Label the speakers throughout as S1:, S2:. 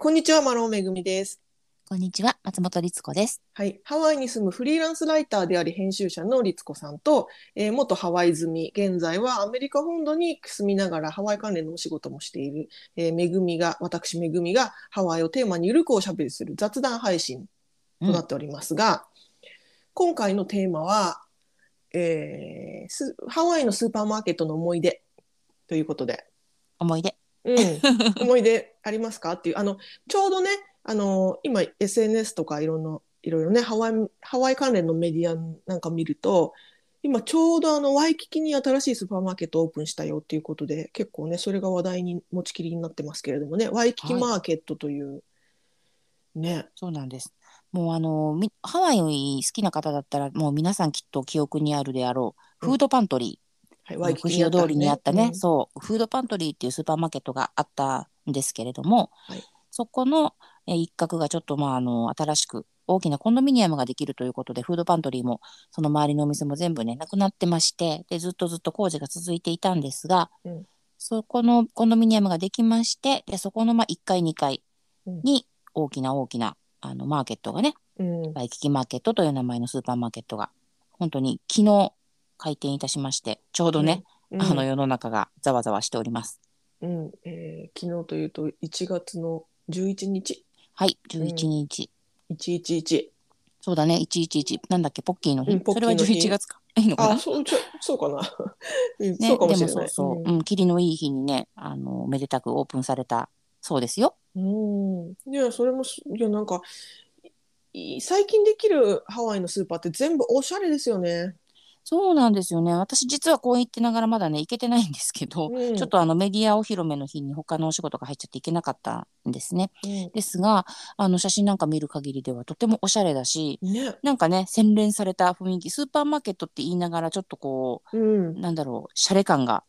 S1: こんにちは、マロンめぐみです。
S2: こんにちは、松本律子です。
S1: はい、ハワイに住むフリーランスライターであり編集者の律子さんと、えー元ハワイ住み、現在はアメリカ本土に住みながらハワイ関連のお仕事もしている、えーめぐみが、私めぐみがハワイをテーマにゆるくおしゃべりする雑談配信となっておりますが、今回のテーマは、えーすハワイのスーパーマーケットの思い出ということで、
S2: 思い出。
S1: うん、思い出ありますかっていうあのちょうどねあの今 SNS とかいろんないろいろねハワイハワイ関連のメディアなんか見ると今ちょうどあのワイキキに新しいスーパーマーケットオープンしたよっていうことで結構ねそれが話題に持ちきりになってますけれどもねワイキキ
S2: はい
S1: マーケットという、ね
S2: そうなんです。もうあのみハワイ好きな方だったらもう皆さんきっと記憶にあるであろう
S1: うん
S2: フードパントリ
S1: はい
S2: ー、
S1: ワイキ
S2: 目
S1: キあ
S2: 標
S1: った
S2: 通りにあったね、
S1: うん
S2: そうフードパントリーっていうスーパーマーケットがあったんですけれども、
S1: はい
S2: そこのえー一角がちょっとまああの新しく大きなコンドミニアムができるということでフードパントリーもその周りのお店も全部ねなくなってましてでずっとずっと工事が続いていたんですが、
S1: うん
S2: そこのコンドミニアムができましてでそこのまあ1階2階に大きな大きなあのマーケットがね
S1: うん
S2: ワイキキマーケットという名前のスーパーマーケットが本当に昨日開店いたしましてちょうどね、
S1: うん
S2: あの世の中がざわざわしております。
S1: うんえー昨日というと1月の11日
S2: はい11日、
S1: 111
S2: そうだね111なんだっけポッキーの日、
S1: うんポッ
S2: そ
S1: キー
S2: れ
S1: の
S2: は
S1: 日
S2: 11月かいいのかな
S1: あそうちょそうかな、 うん
S2: ね、
S1: そうかもしれ
S2: で
S1: な
S2: も
S1: い
S2: そうそう、
S1: ん
S2: うん、霧のいい日にね、あの、めでたくオープンされたそうですよ。
S1: うん、いやそれもすいやなんかい最近できるハワイのスーパーって全部おしゃれですよね。
S2: そうなんですよね。私実は公園行ってながらまだね、行けてないんですけど、
S1: うん
S2: ちょっとあのメディアお披露目の日に他のお仕事が入っちゃって行けなかったんですね。
S1: う
S2: ですが、あの写真なんか見る限りではとてもおしゃれだし、
S1: ん、ね、
S2: なんかね、洗練された雰囲気、スーパーマーケットって言いながらちょっとこ
S1: うん
S2: う、、なんだろう、洒落感が。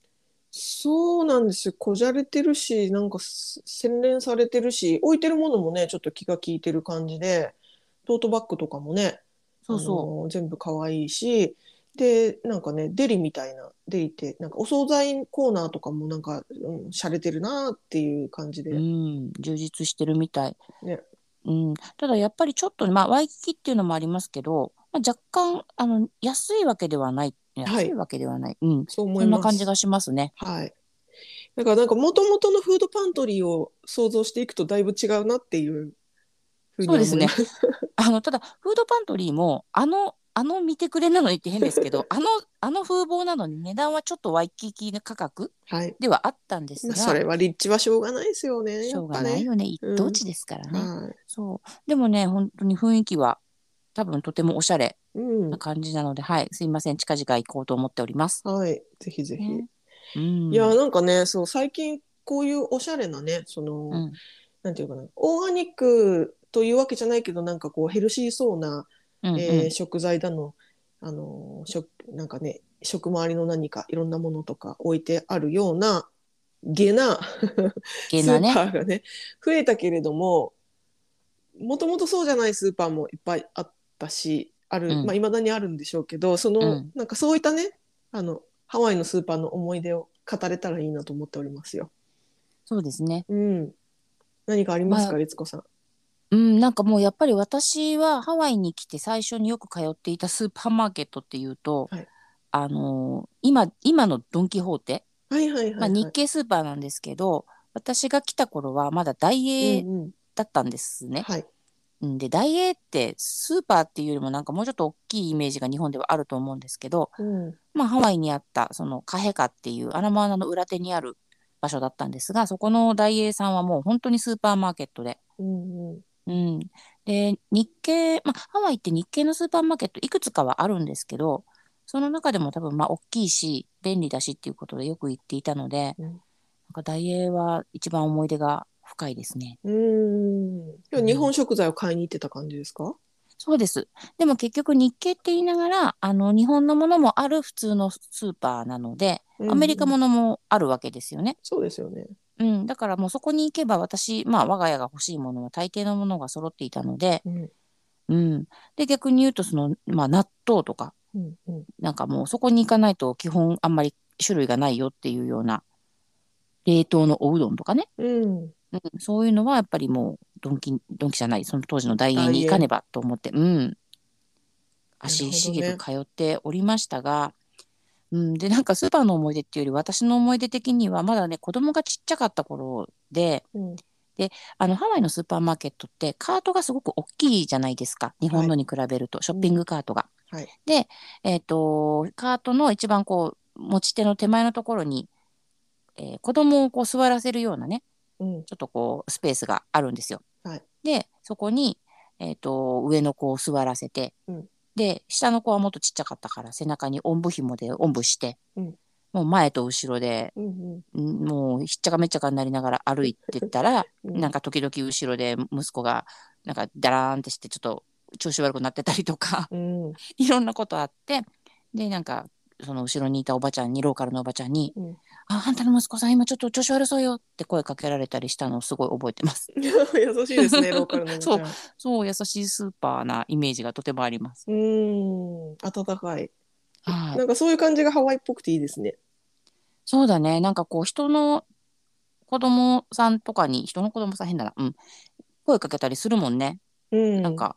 S1: そうなんですよ。こじゃれてるし、なんかす洗練されてるし、置いてるものもね、ちょっと気が利いてる感じで、トートバッグとかもね、
S2: そうそう。
S1: う全部可愛いしでなんかねデリみたいなデリってなんかお惣菜コーナーとかもなんか、うん、洒落てるなっていう感じで、
S2: うん、充実してるみたい。
S1: ね
S2: うん、ただやっぱりちょっと、まあ、ワイキキっていうのもありますけど、まあ、若干あの安いわけではない
S1: は
S2: 安
S1: い
S2: いわけではない、うん、
S1: そう思
S2: そ
S1: い
S2: ん
S1: ま
S2: な
S1: す。
S2: 感じがしますね。
S1: はい。だからなんか元々のフードパントリーを想像していくとだいぶ違うなっていうふうに思います。
S2: そうですあのただフードパントリーもあのあの見てくれなのにって変です けどあのあの風貌なのに値段はちょっとワイキキの価格
S1: はい。
S2: ではあったんです
S1: ま
S2: が、
S1: あそれは立地はしょうがないですよね。
S2: し
S1: や
S2: ょう
S1: っ
S2: が
S1: ぱ
S2: ない
S1: ね。
S2: よね一
S1: うん
S2: 等地ですからね、
S1: はい。
S2: そうでもね本当に雰囲気は多分とてもおしゃれ
S1: うん
S2: な。感じなので、はいすいません近々行こうと思っております。
S1: はい。ぜひぜひ。
S2: ねう
S1: い
S2: ん、
S1: やなんかね、そう最近こういうおしゃれなね、その、
S2: うん、
S1: なんていうかな、オーガニックというわけじゃないけどなんかこうヘルシーそうな。
S2: うんうん
S1: えー食材だの、あのー食なんかね食周りの何かいろんなものとか置いてあるような下な
S2: ゲナね
S1: スーパーがね増えたけれどももともとそうじゃないスーパーもいっぱいあったしある、
S2: うん
S1: まあ、未だにあるんでしょうけどその、
S2: うん
S1: なんかそういったねあのハワイのスーパーの思い出を語れたらいいなと思っておりますよ。
S2: そうですね。
S1: うん、何かありますか、
S2: ま
S1: 律子さん。
S2: うん、なんかもうやっぱり私はハワイに来て最初によく通っていたスーパーマーケットっていうと、
S1: はい
S2: あのー今今のドン・キホーテ、
S1: はいはいはい、はい。
S2: まあ、日系スーパーなんですけど、私が来た頃はまだダイエー
S1: うんうん
S2: だったんですね。
S1: はい。
S2: うんでダイエーってスーパーっていうよりもなんかもうちょっと大きいイメージが日本ではあると思うんですけど、
S1: うん
S2: まあ、ハワイにあったそのカヘカっていうアラモアナの裏手にある場所だったんですがそこのダイエーさんはもう本当にスーパーマーケットで
S1: うんうん
S2: うん、で日系、まあ、ハワイって日系のスーパーマーケットいくつかはあるんですけどその中でも多分まあ大きいし便利だしっていうことでよく行っていたので、
S1: うん
S2: なんかダイエーは一番思い出が深いですね。
S1: うーん。日本食材を買いに行ってた感じですか？
S2: そうですでも結局日系って言いながらあの日本のものもある普通のスーパーなのでアメリカ
S1: うん。
S2: ものもあるわけですよね。
S1: そうですよね。
S2: うん、だからもうそこに行けば私、まあ、我が家が欲しいものは大抵のものが揃っていたので、
S1: うん。
S2: うん、で逆に言うとその、まあ、納豆とか
S1: うんうん。
S2: なんかもうそこに行かないと基本あんまり種類がないよっていうような冷凍のおうどんとかね、
S1: うん。
S2: うん、そういうのはやっぱりもうドンキ、ドンキじゃない、その当時の大英に行かねばと思って、うん。足しげく通っておりましたが、うん、で、なんかスーパーの思い出っていうより、私の思い出的には、まだね、子供がちっちゃかった頃で、
S1: うん
S2: あの、ハワイのスーパーマーケットって、カートがすごく大きいじゃないですか。日本のに比べると、ショッピングカートが。
S1: はい
S2: で、えっ、と、カートの一番こう、持ち手の手前のところに、えー子供をこう座らせるようなね、
S1: うん
S2: ちょっとこう、スペースがあるんですよ。
S1: はい
S2: で、そこに、えっ、と、上の子を座らせて、
S1: うん
S2: で、下の子はもっとちっちゃかったから、背中におんぶ紐でおんぶして、
S1: うん
S2: もう前と後ろで、
S1: うん
S2: んもうひっちゃかめっちゃかになりながら歩いてったら、
S1: うん、
S2: なんか時々後ろで息子がなんかダラーンってしてちょっと調子悪くなってたりとか
S1: うん、
S2: いろんなことあってでなんかその後ろにいたおばちゃんにローカルのおばちゃんに
S1: うん
S2: 「ああんたの息子さん今ちょっと調子悪そうよ」って声かけられたりしたのをすごい覚え てます。
S1: 優しい ですね、ローカルのおばちゃん。
S2: そう優しいスーパーなイメージがとてもあります。
S1: うーん、温かい。
S2: はい
S1: なんかそういう感じがハワイっぽくていいですね。
S2: そうだね。なんかこう、人の子供さんとかに、人の子供さん変だな。うん。声かけたりするもんね。
S1: うん、
S2: なん、か、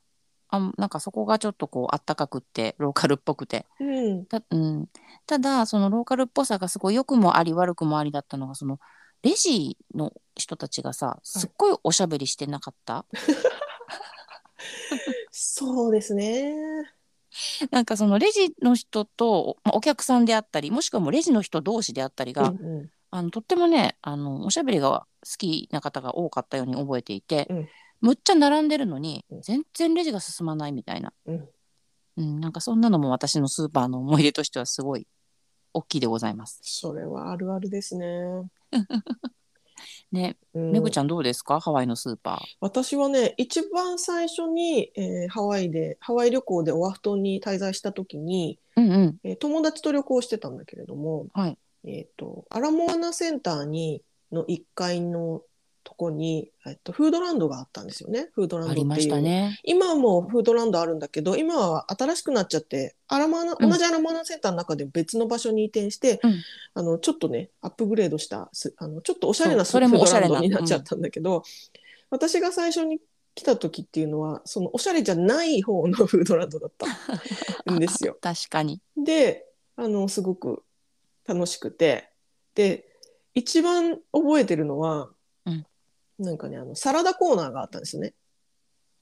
S2: あんなんかそこがちょっとこう、あったかくって、ローカルっぽくて。
S1: うん、
S2: た,、うん、ただ、そのローカルっぽさがすごい良くもあり悪くもありだったのが、その、レジの人たちがさ、すっごいおしゃべりしてなかった。
S1: そうですね。
S2: なんかそのレジの人と、まあ、お客さんであったり、もしくはもうレジの人同士であったり
S1: うん
S2: が、あのとってもねあのおしゃべりが好きな方が多かったように覚えていて、
S1: うん
S2: むっちゃ並んでるのに
S1: うん
S2: 全然レジが進まないみたいな、
S1: うん
S2: うんなんかそんなのも私のスーパーの思い出としてはすごい大きいでございます。
S1: それはあるあるですね。
S2: ね、
S1: うん、
S2: めぐちゃんどうですかハワイのスーパ
S1: 私はね一番最初に、えーハワイでハワイ旅行でオアフ島に滞在した時に、
S2: ー。うんうん
S1: えー友達と旅行してたんだけれども、
S2: はい
S1: えー、とアラモアナセンターにの1階のとこに、えっと、フードランドがあったんですよねフードランド
S2: あ
S1: ってい
S2: り
S1: う
S2: ましたね。
S1: 今はもうフードランドあるんだけど今は新しくなっちゃってアラモアナ
S2: うん
S1: 同じアラモアナセンターの中で別の場所に移転して、
S2: うん
S1: あのちょっとねアップグレードしたすあのちょっとおしゃれな
S2: そう
S1: ス
S2: それ
S1: フ
S2: も
S1: ー
S2: おし
S1: ド
S2: ゃ
S1: ラ
S2: れ
S1: ン
S2: な
S1: ドになっちゃったんだけど、私が最初に来た時っていうのはそのおしゃれじゃない方のフードランドだ ったんですよ。
S2: 確かに。
S1: であのすごく楽しくてで一番覚えてるのは、
S2: うん
S1: なんかねあのサラダコーナーがあったんですよね。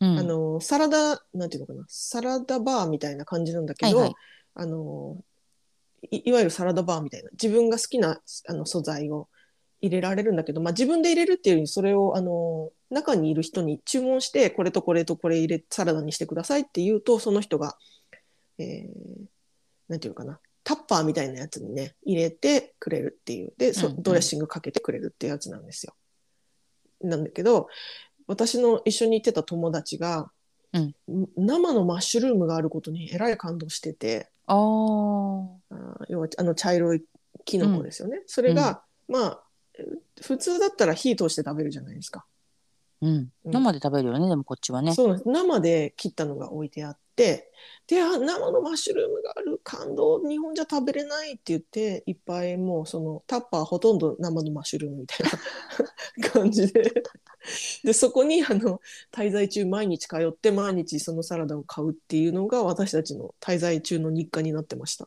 S2: うん、
S1: あのサラダなんていうのかなサラダバーみたいな感じなんだけど、
S2: はいはい
S1: あのいいわゆるサラダバーみたいな自分が好きなあの素材を入れられるんだけど、まあ、自分で入れるっていうよりそれをあの中にいる人に注文してこれとこれとこれ入れサラダにしてくださいって言うとその人が、えーなんていうのかなタッパーみたいなやつにね入れてくれるっていうでそ
S2: うんうん
S1: ドレッシングかけてくれるっていうやつなんですよ。なんだけど私の一緒に行ってた友達が、
S2: うん
S1: 生のマッシュルームがあることにえらい感動してて
S2: あー
S1: あー要はあの茶色いキノコですよね、それが、まあえー普通だったら火通して食べるじゃないですか、
S2: うん、
S1: うん
S2: 生で食べるよねでもこっちはね。
S1: そうなんです生で切ったのが置いてあってであ生のマッシュルームがある感動日本じゃ食べれないって言っていっぱいもうそのタッパーほとんど生のマッシュルームみたいな感じででそこにあの滞在中毎日通って毎日そのサラダを買うっていうのが私たちの滞在中の日課になってました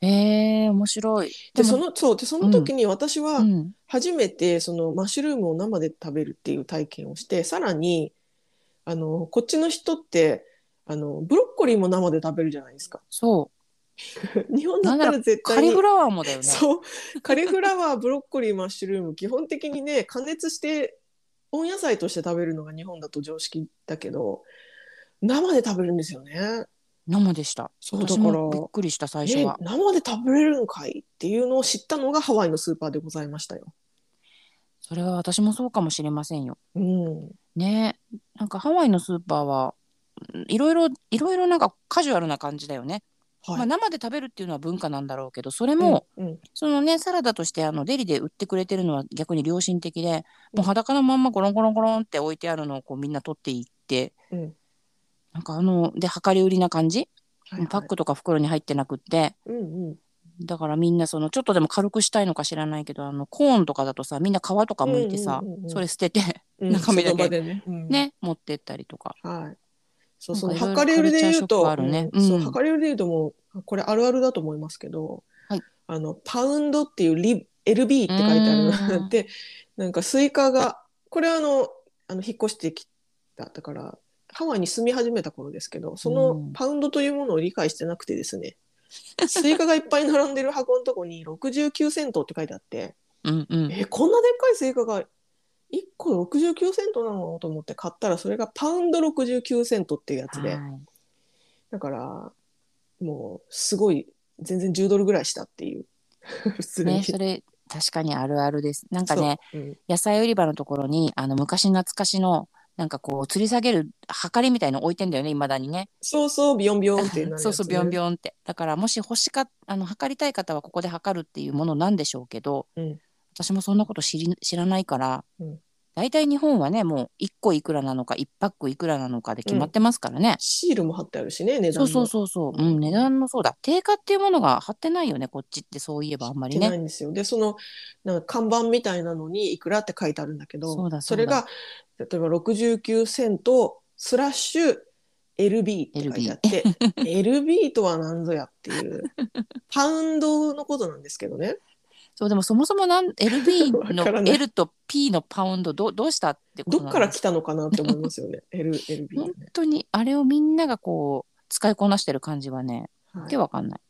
S2: えー、面白い。
S1: で
S2: も
S1: そのそうでその時に私は、
S2: うん
S1: 初めてそのマッシュルームを生で食べるっていう体験をしてさらにあのこっちの人ってあのブロッコリーも生で食べるじゃないですか
S2: そう
S1: 日本だったら絶
S2: カ
S1: 対
S2: リ
S1: に
S2: フラワーもだよね。
S1: そうカリフラワーブロッコリーマッシュルーム基本的にね加熱して温野菜として食べるのが日本だと常識だけど生で食べるんですよね。
S2: 生でした。
S1: そうだ
S2: 私
S1: から
S2: もびっくりした最初
S1: ね
S2: は、、
S1: 生で食べれるんかいっていうのを知ったのがハワイのスーパーでございましたよ。
S2: それは私もそうかもしれませんよ。
S1: うん、
S2: ねなんかハワイのスーパーはうんいろいろいろいろなんかカジュアルな感じだよね、
S1: はい
S2: まあ、生で食べるっていうのは文化なんだろうけどそれも、
S1: うんうん
S2: そのねサラダとしてあのデリで売ってくれてるのは逆に良心的で
S1: うん
S2: もう裸のまんまゴロンゴロンゴロンって置いてあるのをこうみんな取っていって、
S1: うん
S2: なんかあので量り売りな感じ、
S1: はいはい
S2: パックとか袋に入ってなくって
S1: うんうん
S2: だからみんなそのちょっとでも軽くしたいのか知らないけどあのコーンとかだとさみんな皮とか剥いてさ、
S1: うんうんうんうん
S2: それ捨てて
S1: ううん
S2: 中身だけ
S1: その場でね。うん
S2: ね、持ってったりとか。
S1: はい。そうそう、
S2: なんかいろい
S1: 量
S2: ろ
S1: り売りで言うと、
S2: カルチャーショックあるね
S1: うんそうう、
S2: ん
S1: 量り売りで言うともう、これあるあるだと思いますけど、
S2: はい
S1: あの、パウンドっていうリ、LB って書いてあ
S2: う
S1: る
S2: ん
S1: で、なんかスイカが、これはあの、あの、引っ越してきた、だから、ハワイに住み始めた頃ですけど、そうの
S2: ん
S1: パウンドというものを理解してなくてですね、スイカがいっぱい並んでる箱のとこに69セントって書いてあって、
S2: うんうん。
S1: えこんなでっかいスイカが1個69セントなのと思って買ったらそれがパウンド69セントっていうやつで
S2: はい
S1: だからもうすごい全然10ドルぐらいしたっていう 普通に、
S2: ね、それ確かにあるあるです。なんか
S1: そう
S2: ね、
S1: うん
S2: 野菜売り場のところにあの昔懐かしのなんかこう吊り下げるはかりみたいの置いてんだよね、いまだにね。
S1: そうそうビヨンビヨンっていうなるやつね、
S2: そうそうビョンビョンってだからもし欲しかあの測りたい方はここで測るっていうものなんでしょうけど、
S1: うん
S2: 私もそんなこと知り知らないから、
S1: うん
S2: 大体日本はねもう1個いくらなのか1パックいくらなのかで決まってますからね、
S1: シールも貼ってあるしね値段
S2: そう
S1: も
S2: そうそうそう、うん、値段のそうだ定価っていうものが貼ってないよねこっちってそういえばあんまり
S1: してな
S2: ね
S1: いんですよでそのなんか看板みたいなのにいくらって書いてあるんだけど
S2: そうだそうだ
S1: れが例えば69セントスラッシュ LB って書いてあって LB とは何ぞやっていう パウンドのことなんですけどね
S2: そうでもそもそ もなん LB
S1: わから
S2: の
S1: ない
S2: L と P のパウンドどどうしたってこと
S1: ど
S2: な
S1: っ
S2: ん
S1: から
S2: です
S1: 来たのかなって思います よね L LB
S2: 本
S1: ね、
S2: 当にあれをみんながこう使いこなしてる感じはね、
S1: は
S2: わ
S1: い
S2: けわかんない。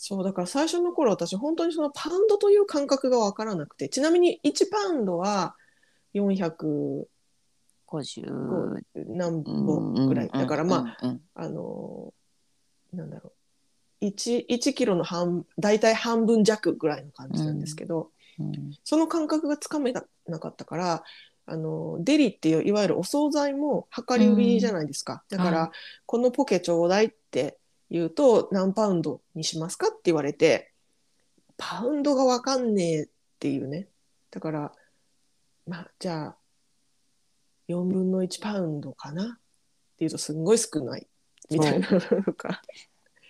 S1: そうだから最初の頃私本当にそのパウンドという感覚が分からなくてちなみに1パウンドは400
S2: 50
S1: 何本ぐらいだからまあ
S2: あ、うん
S1: あのーなんだろう 1, 1キロの半大体半分弱ぐらいの感じなんですけど、
S2: うん
S1: その感覚がつかめなかったからあのーデリっていういわゆるお惣菜も量り売りじゃないですか、
S2: ん
S1: だから、
S2: は
S1: このポケちょうだいって言うと何パウンドにしますかって言われてパウンドがわかんねえっていうねだからまあじゃあ4分の1パウンドかなっていうとすんごい少ないみたいなのか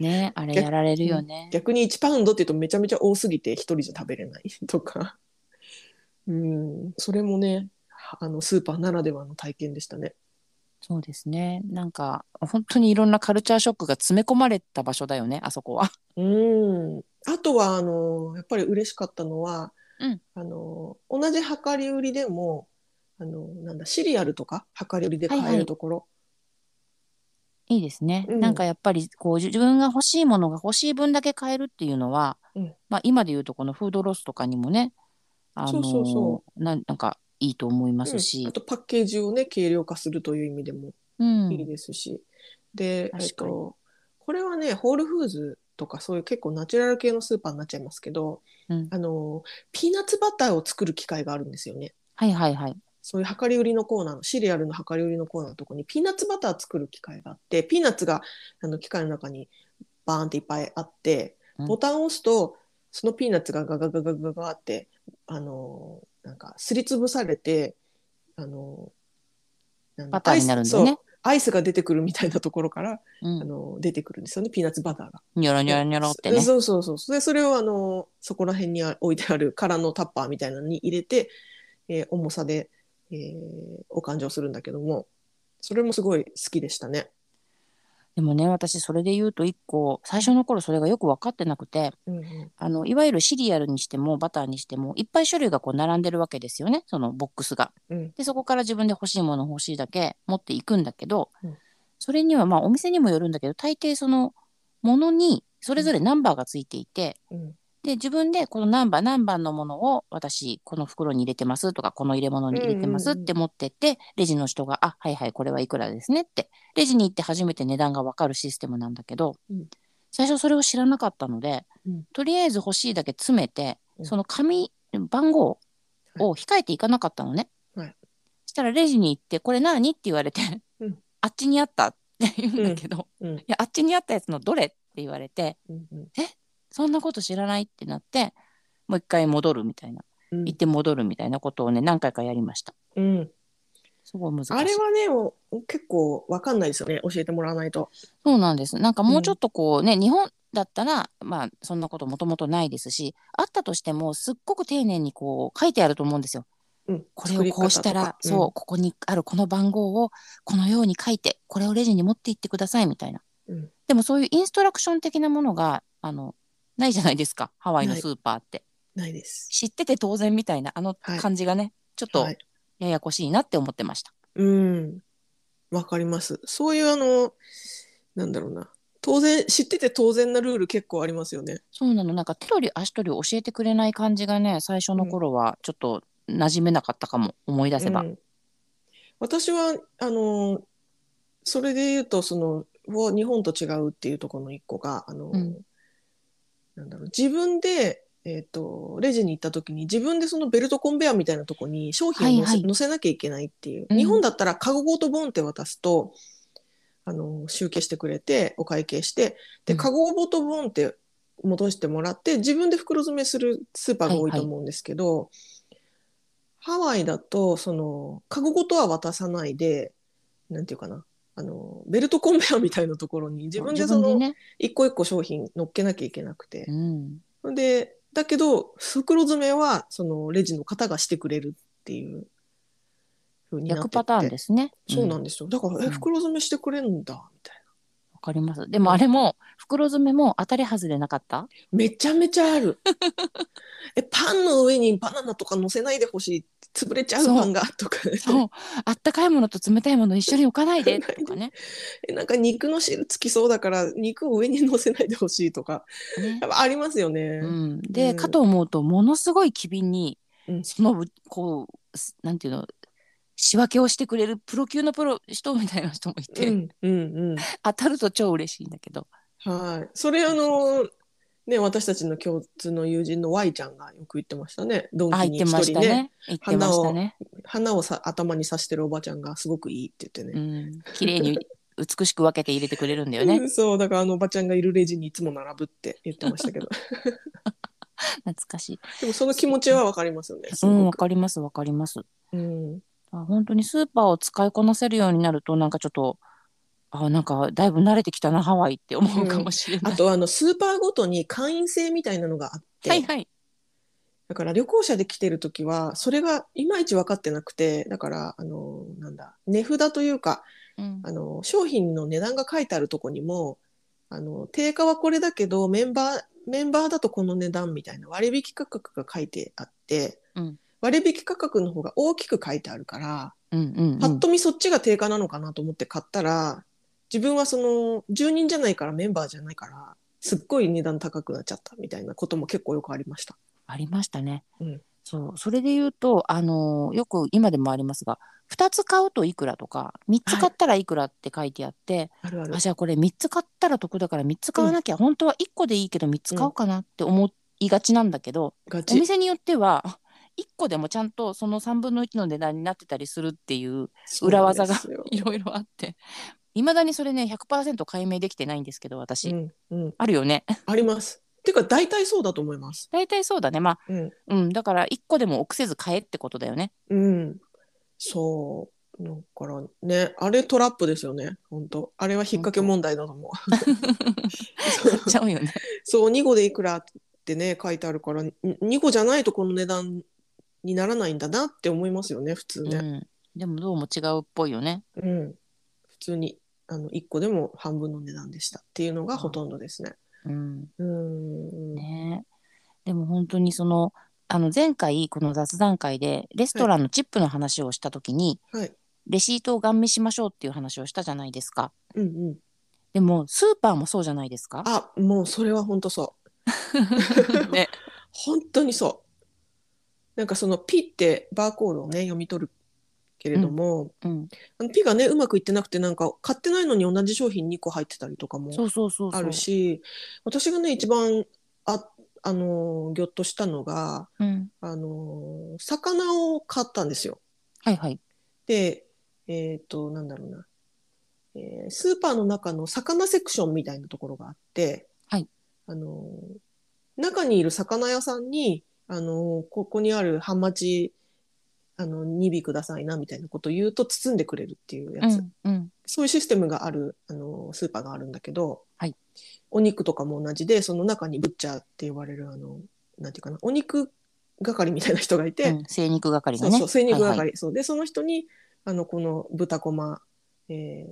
S2: ねあれやられるよね。
S1: 逆に1パウンドっていうとめちゃめちゃ多すぎて一人じゃ食べれないとか うんそれもねあのスーパーならではの体験でしたね。
S2: そうですね。なんか本当にいろんなカルチャーショックが詰め込まれた場所だよね。あそ こは。
S1: うん、あとはあのやっぱり嬉しかったのは、
S2: うん
S1: あの同じ量り売りでもあのなんだシリアルとか量り売りで買えるところ、
S2: いいですね。
S1: うん
S2: なんかやっぱりこう自分が欲しいものが欲しい分だけ買えるっていうのは、
S1: うん
S2: まあ今で言うとこのフードロスとかにもね、あの
S1: そうそうそ
S2: なんなんかいいと思いま
S1: う
S2: す
S1: ん
S2: し
S1: あ、とパッケージをね軽量化するという意味でも
S2: うん、
S1: いいですし、で、えっ
S2: 確かに
S1: と、これはねホールフーズとかそういう結構ナチュラル系のスーパーになっちゃいますけど
S2: うん
S1: あのピーナッツバターを作る機械があるんですよね。
S2: はいはいはい。
S1: そういう量り売りのコーナーのシリアルの量り売りのコーナーのとこにピーナッツバター作る機械があってピーナッツがあの機械の中にバーンっていっぱいあって
S2: うん
S1: ボタンを押すとそのピーナッツがガガガガガガってあのーなんかすりつぶされてあのーなんだ
S2: バターになるんだよ
S1: アイ
S2: ね
S1: ス。そうアイスが出てくるみたいなところから、
S2: う
S1: あ
S2: ん。
S1: のー出てくるんですよねピーナッツバターが。
S2: ニョロニョロニョロってね。
S1: そうそうそうそうでそれをあのそこら辺に置いてある空のタッパーみたいなのに入れて、えー重さで、えーお勘定するんだけどもそれもすごい好きでしたね。
S2: でもね私それで言うと一個最初の頃それがよく分かってなくて
S1: うんうん
S2: あのいわゆるシリアルにしてもバターにしてもいっぱい種類がこう並んでるわけですよねそのボックスが。
S1: うん
S2: でそこから自分で欲しいもの欲しいだけ持っていくんだけど、
S1: うん
S2: それにはまあお店にもよるんだけど大抵そのものにそれぞれナンバーがついていて、
S1: うん
S2: で自分でこの何番何番のものを私この袋に入れてますとかこの入れ物に入れてますっ
S1: うんうんうん
S2: て持ってって、レジの人が「あはいはいこれはいくらですね」ってレジに行って初めて値段が分かるシステムなんだけど、
S1: うん
S2: 最初それを知らなかったので、
S1: うん
S2: とりあえず欲しいだけ詰めて、
S1: うん
S2: その紙番号を控えていかなかったのね。
S1: はい
S2: したらレジに行って「これ何?」って言われて、
S1: うん
S2: あっちにあった」って言うんだけど、
S1: うんうん
S2: いやあっちにあったやつのどれって言われて。
S1: うんうん
S2: そんなこと知らないってなってもう一回戻るみたいな
S1: うん
S2: 行って戻るみたいなことをね何回かやりました
S1: うん
S2: すごい難しい
S1: あれはねもう結構わかんないですよね教えてもらわないと。
S2: そうなんですなんかもうちょっとこうね、日本だったらまあそんなこともともとないですしあったとしてもすっごく丁寧にこう書いてあると思うんですよ
S1: うん、
S2: これをこうしたら、
S1: 作り方
S2: そう
S1: とか
S2: ここにあるこの番号をこのように書いてこれをレジに持って行ってくださいみたいな、
S1: うん
S2: でもそういうインストラクション的なものがあのないじゃないですかハワイの
S1: ない
S2: スーパーって
S1: うんないです。
S2: 知ってて当然みたいなあの
S1: はい
S2: 感じがね、ちょっと
S1: はい
S2: ややこしいなって思ってました、
S1: うん、わかります。そういうあの、なんだろうな、当然、知ってて当然なルール結構ありますよね。
S2: そうなのなんか手取り足取り教えてくれない感じがね最初の頃はちょっと馴染めなかったかも思い出せば、
S1: うん私はあのそれで言うとそのを日本と違うっていうところの一個があの、
S2: うん
S1: なんだろう自分で、えー、とレジに行った時に自分でそのベルトコンベヤーみたいなところに商品を載せ,、
S2: はいは
S1: 載
S2: い
S1: せなきゃいけないっていう、
S2: うん
S1: 日本だったらカゴごとボンって渡すとあの集計してくれてお会計して
S2: う
S1: で
S2: ん
S1: カゴごとボンって戻してもらって自分で袋詰めするスーパーが多いと思うんですけど、ハワイだとそのカゴごとは渡さないでなんていうかなあのベルトコンベヤーみたいなところに自分でその
S2: ね、
S1: 一個一個商品乗っけなきゃいけなくて
S2: う、ん、
S1: でだけど袋詰めはそのレジの方がしてくれるっていう風になって
S2: 逆
S1: て
S2: パターンですね
S1: そう
S2: うん
S1: なんですよ、だから、
S2: う
S1: え
S2: ん
S1: 袋詰めしてくれるんだみたい
S2: わかります。でもあれも袋詰めも当たり外れなかった。
S1: なめちゃめちゃある えパンの上にバナナとか乗せないでほしい潰れちゃう
S2: そう
S1: パンがとか
S2: そう、あったかいものと冷たいもの一緒に置か ないでとかね。
S1: えなんか肉の汁つきそうだから肉を上に乗せないでほしいとか
S2: ね
S1: やっぱありますよね。
S2: うん、
S1: う
S2: で、
S1: ん
S2: かと思うとものすごい機敏に
S1: うん
S2: そのこうすなんていうの仕分けをしてくれるプロ級のプロ人みたいな人もいて、
S1: うんうんうん、
S2: 当たると超嬉しいんだけど。
S1: はい。それあのね私たちの共通の友人の Y ちゃんがよく言ってましたね。ドン
S2: あ
S1: キ
S2: 言っ
S1: に
S2: て
S1: 一
S2: まし
S1: 人
S2: た
S1: ね
S2: ね。言ってましたね。
S1: 花をさ頭に刺してるおばちゃんがすごくいいって言って
S2: う
S1: ね。
S2: ん、綺麗に美しく分けて入れてくれるんだよね。
S1: うん そうだからあのおばちゃんがいるレジにいつも並ぶって言ってましたけ ど
S2: 懐かしい。
S1: でもその気持ちはわかりますよねす
S2: うん、わ
S1: ごく、
S2: かりますわかります。
S1: うん
S2: あ本当にスーパーを使いこなせるようになるとなんかちょっとあなんかだいぶ慣れてきたなハワイって思うかもしれない。
S1: あとあのスーパーごとに会員制みたいなのがあって、
S2: はいはい。
S1: だから旅行者で来てる時はそれがいまいち分かってなくてだからあのなんだ値札というか
S2: うん
S1: あの商品の値段が書いてあるとこにもあの定価はこれだけどメンバーメンバーだとこの値段みたいな割引価格が書いてあって、
S2: うん
S1: 割引価格の方が大きく書いてあるから、
S2: うんうんうん
S1: パッと見そっちが定価なのかなと思って買ったら自分はその住人じゃないからメンバーじゃないからすっごい値段高くなっちゃったみたいなことも結構よくありました。
S2: ありましたね。
S1: うん
S2: そうそれで言うとあのよく今でもありますが2つ買うといくらとか3つ買ったらいくらって書いてあって、
S1: あるある
S2: あじゃあこれ3つ買ったら得だから3つ買わなきゃ、本当は1個でいいけど3つ買おうかなって思いがちなんだけど、
S1: ガ
S2: お
S1: チ
S2: 店によっては1個でもちゃんとその3分の1の値段になってたりするっていう裏技 が
S1: そうなんで
S2: いろいろあって。いまだにそれね、100%解明できてないんですけど、
S1: す
S2: 私。
S1: ようんうん、
S2: あるよね。
S1: あります。ていうか大体そうだと思います。
S2: 大体そうだね。まあ、
S1: うん
S2: うん、だから1個でも臆せず買えってことだ よね。
S1: うん、そう。だからね、あれトラップですよね、本当。あれは引っ掛け問題だと 思う。そ
S2: 買っ
S1: う
S2: ちゃうよね。
S1: そう、2個でいくらってね、書いてあるから、に2個じゃないとこの値段にならないんだなって思いますよね、普通
S2: う
S1: ね。
S2: ん。でもどうも違うっぽいよね。
S1: うん。普通にあの1個でも半分の値段でしたっていうのがほとんどですね。
S2: うん。
S1: うん。
S2: ねでも本当にその、あの前回この雑談会でレストランのチップの話をした時に、
S1: はい。
S2: レシートをガン見しましょうっていう話をしたじゃないですか。
S1: うんうん。
S2: でもスーパーもそうじゃないで すか。
S1: あ、もうそれは本当そう。
S2: ね、
S1: 本当にそう。なんかそのピってバーコードをね読み取るけれども、
S2: うん、
S1: あのピがねうまくいってなくてなんか買ってないのに同じ商品2個入ってたりとかも
S2: そうそうそうそう。
S1: あるし、私がね一番ああのーぎょっとしたのが
S2: うん、
S1: あのー魚を買ったんですよ。
S2: はいはい。
S1: でえっ、となんだろうな、えースーパーの中の魚セクションみたいなところがあって、
S2: はい
S1: あのー中にいる魚屋さんに、あのーここにあるハンマチあの2尾くださいなみたいなことを言うと包んでくれるっていう
S2: う
S1: やつ、
S2: ん、うん、
S1: そういうシステムがある、あのースーパーがあるんだけど、
S2: はい
S1: お肉とかも同じでその中にブッチャーって言われるあのなんていうかなお肉係みたいな人がいて、
S2: うん精肉係
S1: そ
S2: が
S1: う
S2: ね。
S1: そう精肉係、
S2: はいはい
S1: そうでその人にあのこの豚こま、え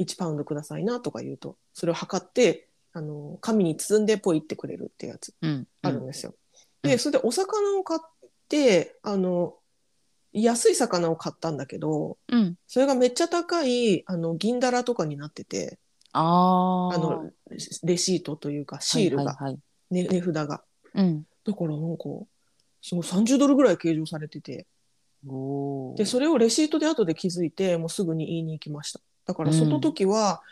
S1: ー、1パウンドくださいなとか言うとそれを測ってあの紙に包んでポイってくれるってやつ
S2: うん
S1: あるんですよ。
S2: うんう
S1: で
S2: ん
S1: それでお魚を買ってあの安い魚を買ったんだけど
S2: うん。
S1: それがめっちゃ高いあの銀だらとかになってて
S2: ああ。
S1: あのレシートというかシールが、
S2: はいはいはい
S1: ね値札が。
S2: うん。
S1: だからなんかその30ドルぐらい計上されてて。
S2: おー
S1: でそれをレシートで後で気づいてもうすぐに言いに行きましただから
S2: うん
S1: その時は、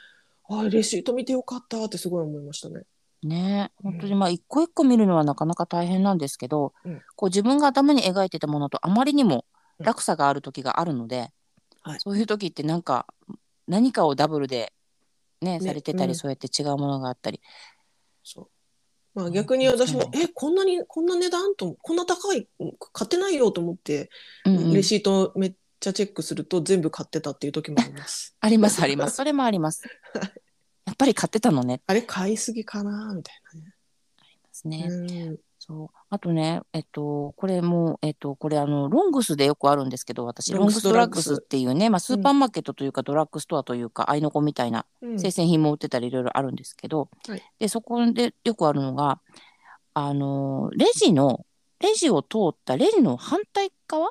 S1: あレシート見てよかったってすごい思いましたね
S2: ね
S1: うん
S2: 本当にまあ一個一個見るのはなかなか大変なんですけど、
S1: うん
S2: こう自分が頭に描いてたものとあまりにも落差がある時があるので、
S1: はい
S2: そういう時ってなんか何かをダブルで、ね
S1: ね
S2: されてたり、
S1: うん
S2: そうやって違うものがあったり
S1: そう、まあ、逆に私も
S2: う、ん
S1: えこんなにこんな値段とこんな高い買ってないよと思って、
S2: うんうん
S1: レシートめっちゃチェックすると全部買ってたっていう時もあります
S2: ありますありますそれもありますやっぱり買ってたのねって
S1: あれ買いすぎかなみたい
S2: ありますね、
S1: なね、うん
S2: そうあとねえっとこれもえっとこれあのロングスでよくあるんですけど私
S1: ロ
S2: ロ
S1: ン
S2: ン
S1: グス
S2: グス
S1: ド
S2: ド
S1: ラ
S2: ラ
S1: ッ
S2: ッ
S1: グ
S2: グ
S1: ス
S2: スっていうね、まあ、スーパーマーケットというかドラッグストアというか、アイノコみたいな
S1: うん
S2: 生鮮品も売ってたりいろいろあるんですけど、
S1: はい
S2: でそこでよくあるのがあのレジのレジを通ったレジの反対側、
S1: うん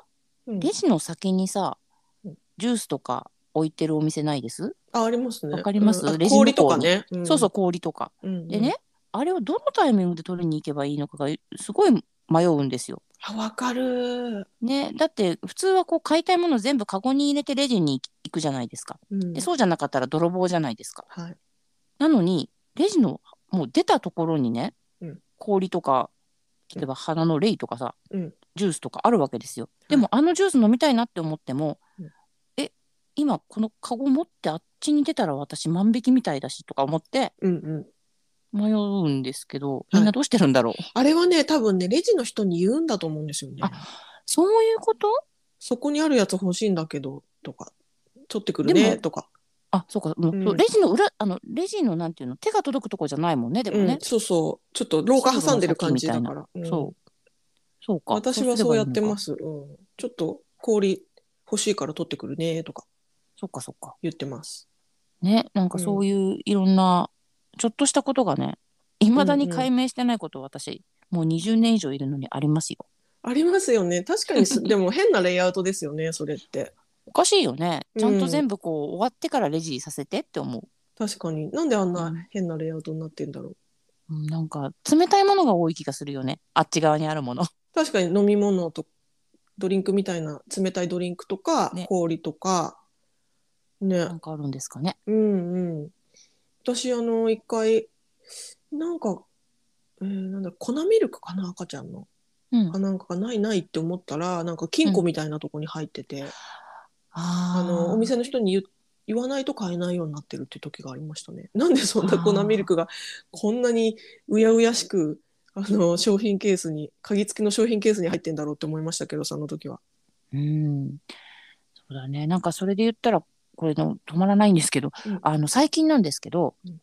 S2: レジの先にさ
S1: うん
S2: ジュースとか置いてるお店ないです、
S1: あありますね
S2: わかります
S1: うんあ
S2: レジの方
S1: 氷
S2: に
S1: とかね、
S2: そうそう氷とか。
S1: うん、うんうん
S2: でね、あれをどのタイミングで取りに行けばいいのかがすごい迷うんですよ。
S1: あわかる、
S2: ね、だって普通はこう買いたいもの全部カゴに入れてレジに行くじゃないですか。
S1: うん
S2: でそうじゃなかったら泥棒じゃないですか。
S1: はい
S2: なのにレジのもう出たところにね、
S1: うん
S2: 氷とか例えば花のレイとかさ、
S1: うん
S2: ジュースとかあるわけですよ。でもあのジュース飲みたいなって思っても、
S1: うん
S2: え今このカゴ持ってあっちに出たら私万引きみたいだしとか思って
S1: うんうん
S2: 迷うんですけど
S1: い
S2: みんなどうしてるん だろう、
S1: あれはね、多分ね、レジの人に言うんだと思うんですよね。
S2: そういうこと
S1: そこにあるやつ欲しいんだけど、とか、取ってくるね、
S2: でも
S1: とか、
S2: あそうか、もう
S1: うん
S2: そうレジの裏あのレジのなんていうの手が届くとこじゃないもんねでも
S1: うん
S2: ね、
S1: そうそう。ちょっと廊下挟んでる感じだから。うん
S2: そうそうか
S1: 私はそうやってますす。うん、ちょっと氷欲しいから取ってくるね、とか
S2: そうかそうか
S1: 言ってます。
S2: ねなんかそういういろんな、ちょっとしたことがねいまだに解明してないこと私もう20年以上いるのにありますよ
S1: ありますよね。確かに す、でも変なレイアウトですよね、それって。
S2: おかしいよねちゃん
S1: う
S2: と
S1: ん
S2: 全部こう、終わってからレジさせてって思う
S1: 確かに。なんであん
S2: う
S1: なん変なレイアウトになってんだろう。
S2: うんなんか冷たいものが多い気がするよねあっち側にあるもの
S1: 確かに飲み物とドリンクみたいな冷たいドリンクとか、
S2: ね
S1: 氷とかね
S2: なんかあるんですかね
S1: うんうん私あの一回なんか、えーなんだ粉ミルクかな赤ちゃんの
S2: うん
S1: かなんかがないないって思ったらなんか金庫みたいなとこに入ってて、あ
S2: あ
S1: の
S2: ー
S1: お店の人に言言わないと買えないようになってるっていう時がありましたね。 なんでそんな粉ミルクがこんなにうやうやしくあの商品ケースに鍵付きの商品ケースに入ってんだろうって思いましたけどその時は。
S2: うんそうだねなんかそれで言ったらこれの止まらないんですけど、
S1: うん
S2: あの最近なんですけど、
S1: うん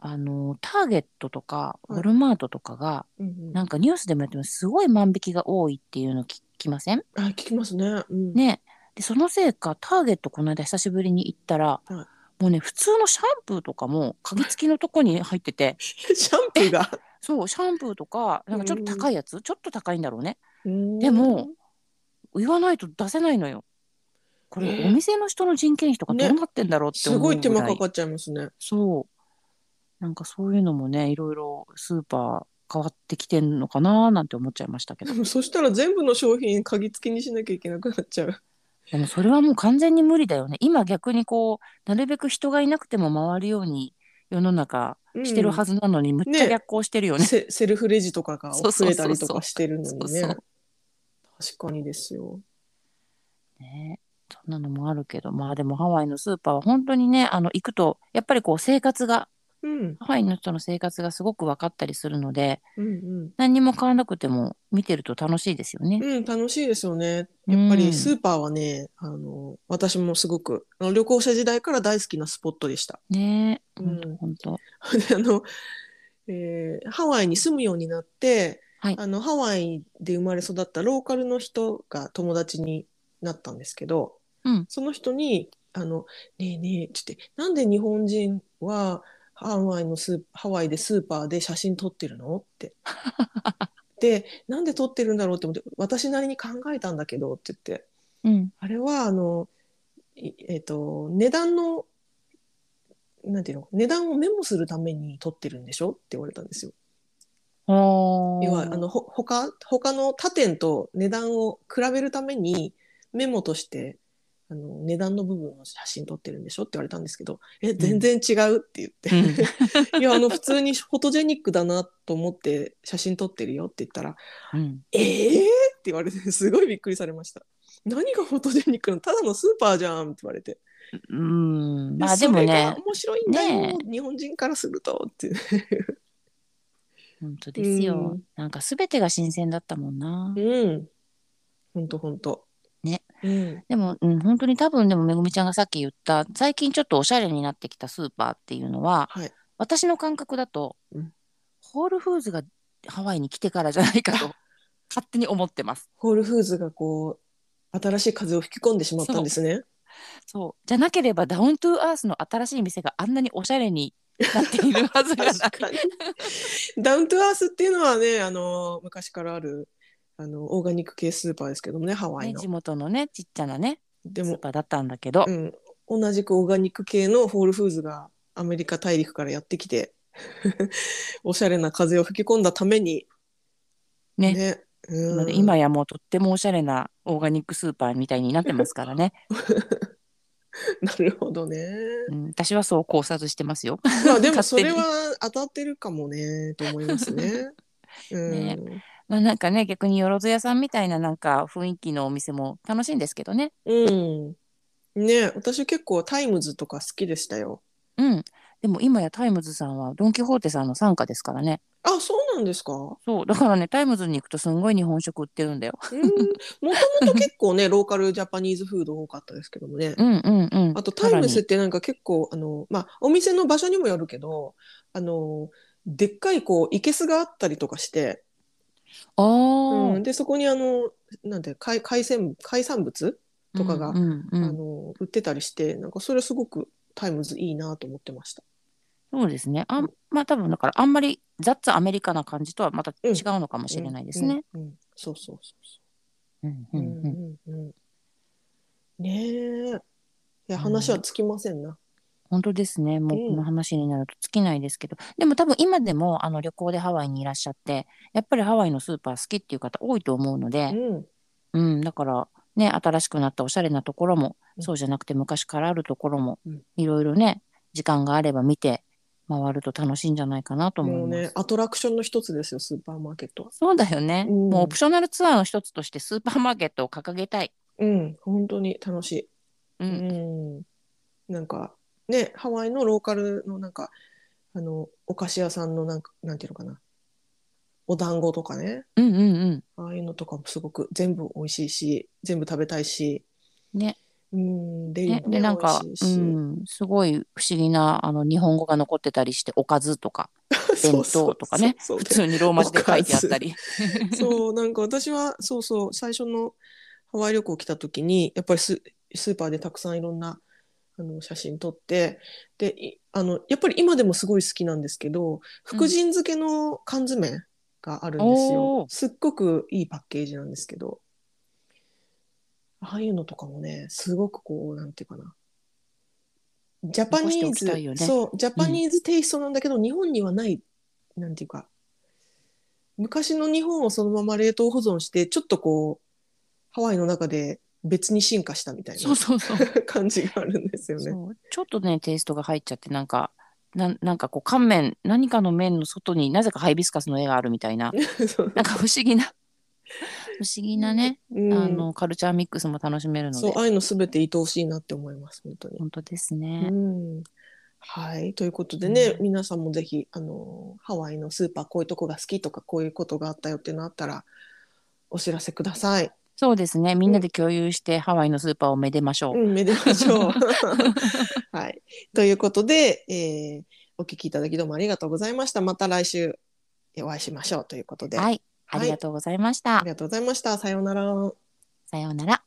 S2: あのターゲットとかウ
S1: はい
S2: ォルマートとかが、
S1: うんうん
S2: なんかニュースでもやってますすごい万引きが多いっていうの聞きません
S1: あ聞きますね。うん、
S2: ねでそのせいかターゲットこの間久しぶりに行ったら、
S1: はい
S2: もうね普通のシャンプーとかも鍵付きのとこに入ってて
S1: シャンプーが。
S2: そうシャンプーとかなんかちょっと高いやつちょっと高いんだろうね
S1: で
S2: でも、言わないと出せないのよ。これ、
S1: えー
S2: お店の人の人件費とかどうなってんだろうって
S1: す
S2: 思うぐ
S1: ご
S2: らい、
S1: い手間かかっちゃいますね。
S2: そうなんかそういうのもねいろいろスーパー変わってきてんのかなーなんて思っちゃいましたけ
S1: で
S2: ど
S1: もそしたら全部の商品鍵付きにしなきゃいけなくなっちゃう。
S2: でもそれはもう完全に無理だよね今逆にこうなるべく人がいなくても回るように世の中してるはずなのに、むっちゃ
S1: ね
S2: 逆行してるよ
S1: うん
S2: ね
S1: セセルフレジとかが
S2: そう
S1: 増
S2: そうそうそう
S1: えたりとかしてるのにね。
S2: そうそう
S1: 確かにですよ。
S2: ねそんなのもあるけどまあでもハワイのスーパーは本当にねあの行くとやっぱりこう生活が
S1: うん
S2: ハワイの人の生活がすごく分かったりするので
S1: うんうん
S2: 何にも買わなくても見てると楽しいですよね。
S1: うん、楽しいですよね。やっぱりスーパーはね、あの私もすごくあの旅行者時代から大好きなスポットでした。
S2: ねえ、
S1: うん
S2: ほんとほんと。
S1: であの、えーハワイに住むようになって、
S2: はい
S1: あのハワイで生まれ育ったローカルの人が友達になったんですけど、
S2: うん
S1: その人に「あのねえねえ」つって「なんで日本人はハワイのスーハワイでスーパーで写真撮ってるの?」っ て。でなんで撮ってるんだろうって思って私なりに考えたんだけどって言って
S2: うん
S1: あれはあのいえっ、と値段のなんていうの値段をメモするために取ってるんでしょって言われたんですよ。
S2: おー
S1: 要はあのほ他他の他店と値段を比べるためにメモとしてあの値段の部分の写真撮ってるんでしょって言われたんですけど「え全然違う」って言って、いやあの普通にフォトジェニックだなと思って写真撮ってるよって言ったら
S2: うん
S1: 「えー!」って言われてすごいびっくりされました。何がフォトジェニックなのただのスーパーじゃんって言われて。
S2: うん、
S1: で
S2: まあでも
S1: それが
S2: ね
S1: 面白いんだよ、
S2: ね
S1: 日本人からするとって。
S2: 本当ですよ、
S1: うん
S2: なんか全てが新鮮だったもんな、
S1: うん。ほんとほんと。
S2: ね。
S1: うん。
S2: でも、うん、本当に多分でもめぐみちゃんがさっき言った最近ちょっとおしゃれになってきたスーパーっていうのは
S1: はい。
S2: 私の感覚だと、
S1: うん
S2: ホールフーズがハワイに来てからじゃないかと勝手に思ってます。
S1: ホールフーズがこう、新しい風を吹き込んでしまったんですね。
S2: そうじゃなければダウントゥーアースの新しい店があんなにおしゃれになっているはずがない。
S1: 確かに。ダウントゥアースっていうのはね、あの、昔からある、あの、オーガニック系スーパーですけどもね、ハワイ
S2: ね、
S1: の
S2: 地。元のねちっちゃなね
S1: で
S2: スー
S1: も、
S2: パーだったんだけど、
S1: うん。同じくオーガニック系のホールフーズがアメリカ大陸からやってき て、おしゃれな風を吹き込んだために、
S2: ね
S1: ね
S2: な
S1: う
S2: の
S1: ん
S2: で今やもうとってもおしゃれなオーガニックスーパーみたいになってますからね、
S1: なるほどね。
S2: うん、私はそう考察してますよ。
S1: まあでもそ
S2: 勝手
S1: れ
S2: に
S1: は当たってるかもねと思いますね。うん、
S2: ねまあ、なんかね逆によろず屋さんみたいななんか雰囲気のお店も楽しいんですけどね。
S1: うん。ね私結構タイムズとか好きでしたよ。
S2: うん、でも今やタイムズさんはドン・キホーテさんの傘下ですからね
S1: あ、そうなんですか。うん。も
S2: そうだからねタイムズに行くとすんごい日本食売ってるんだよ。
S1: ともと結構ね、ローカルジャパニーズフード多かったですけどもね。
S2: うんうんうん。
S1: あとタイムズっ
S2: さ
S1: てなんか結構、あの、まあお店の場所にもよるけど、あの、でっかいこう、いけすがあったりとかして、
S2: らにあー、
S1: うん、で、そこにあの、なんて、海海鮮、海産物とかが
S2: うんうんうん
S1: あの売ってたりしてなんかそれすごくタイムズいいなと思ってました。
S2: そうですねあんまあ多分だからあんまりザッツアメリカな感じとはまた違うのかもしれないですね。
S1: うん。うんそうそうそうそ
S2: うんう
S1: う。うん
S2: うん
S1: んうんうん。ねえ。いや
S2: うん
S1: 話はつきませんな。
S2: 本当ですねもう
S1: うん
S2: この話になると尽きないですけど、でも多分今でもあの旅行でハワイにいらっしゃってやっぱりハワイのスーパー好きっていう方多いと思うの
S1: う
S2: で、
S1: ん。
S2: うんだからね新しくなったおしゃれなところも、
S1: うん
S2: そうじゃなくて昔からあるところも、
S1: うん
S2: いろいろね時間があれば見て回ると楽しいんじゃないかなと思い
S1: もう
S2: ます。
S1: ねアトラクションの一つですよスーパーマーケットは。
S2: そうだよね、
S1: うん
S2: もうオプショナルツアーの一つとしてスーパーマーケットを掲げたい。
S1: うん本当に楽しい。
S2: う
S1: うんん。なんかねハワイのローカルのなんかあのお菓子屋さんのなんかなんていうのかなお団子とかね
S2: うんうんうん。
S1: ああいうのとかもすごく全部美味しいし、全部食べたいし。
S2: ね。
S1: うん、デリ
S2: ね
S1: も、
S2: で
S1: ね
S2: なんか、
S1: 美味
S2: う
S1: しいし。
S2: ん、すごい不思議なあの日本語が残ってたりしておかずとか弁当とかね
S1: そう
S2: 普
S1: そうそう
S2: 通にローマ字で書いてあったり。
S1: そうそうなんか私はそうそう最初のハワイ旅行来た時にやっぱりススーパーでたくさんいろんなあの写真撮ってでいあのやっぱり今でもすごい好きなんですけど福神漬けの缶詰があるんですよ、
S2: おー
S1: すっごくいいパッケージなんですけどああいうのとかもねすごくこうなんていうかなジャパニ
S2: 残
S1: ー
S2: し
S1: ズ、
S2: ておきたいよね
S1: そうジャパニーズテイストなんだけど、日本にはないなんていうか昔の日本をそのまま冷凍保存してちょっとこうハワイの中で別に進化したみたい
S2: そうそうそう。
S1: な感じがあるんですよね。
S2: そうちょっとねテイストが入っちゃってなんかなんなんかこう乾麺何かの麺の外になぜかハイビスカスの絵があるみたい な
S1: そう
S2: なんか不思議な不思議なね、
S1: うん
S2: あのカルチャーミックスも楽しめるの
S1: そう
S2: で
S1: ああいうのすべて愛おしいなって思います本当に。
S2: 本当ですね。
S1: うんはいということでね、
S2: うん
S1: 皆さんもぜひあのハワイのスーパーこういうとこが好きとかこういうことがあったよっていうのあったらお知らせください。
S2: そうですねみんなで共有して、ハワイのスーパーをめでましょう。
S1: うん、めでまし ょう。はい、ということで、えーお聞きいただきどうもありがとうございました。また来週えお会いしましょうということで。
S2: はいありがとうございました。
S1: ありがとうございました。さようなら。
S2: さようなら。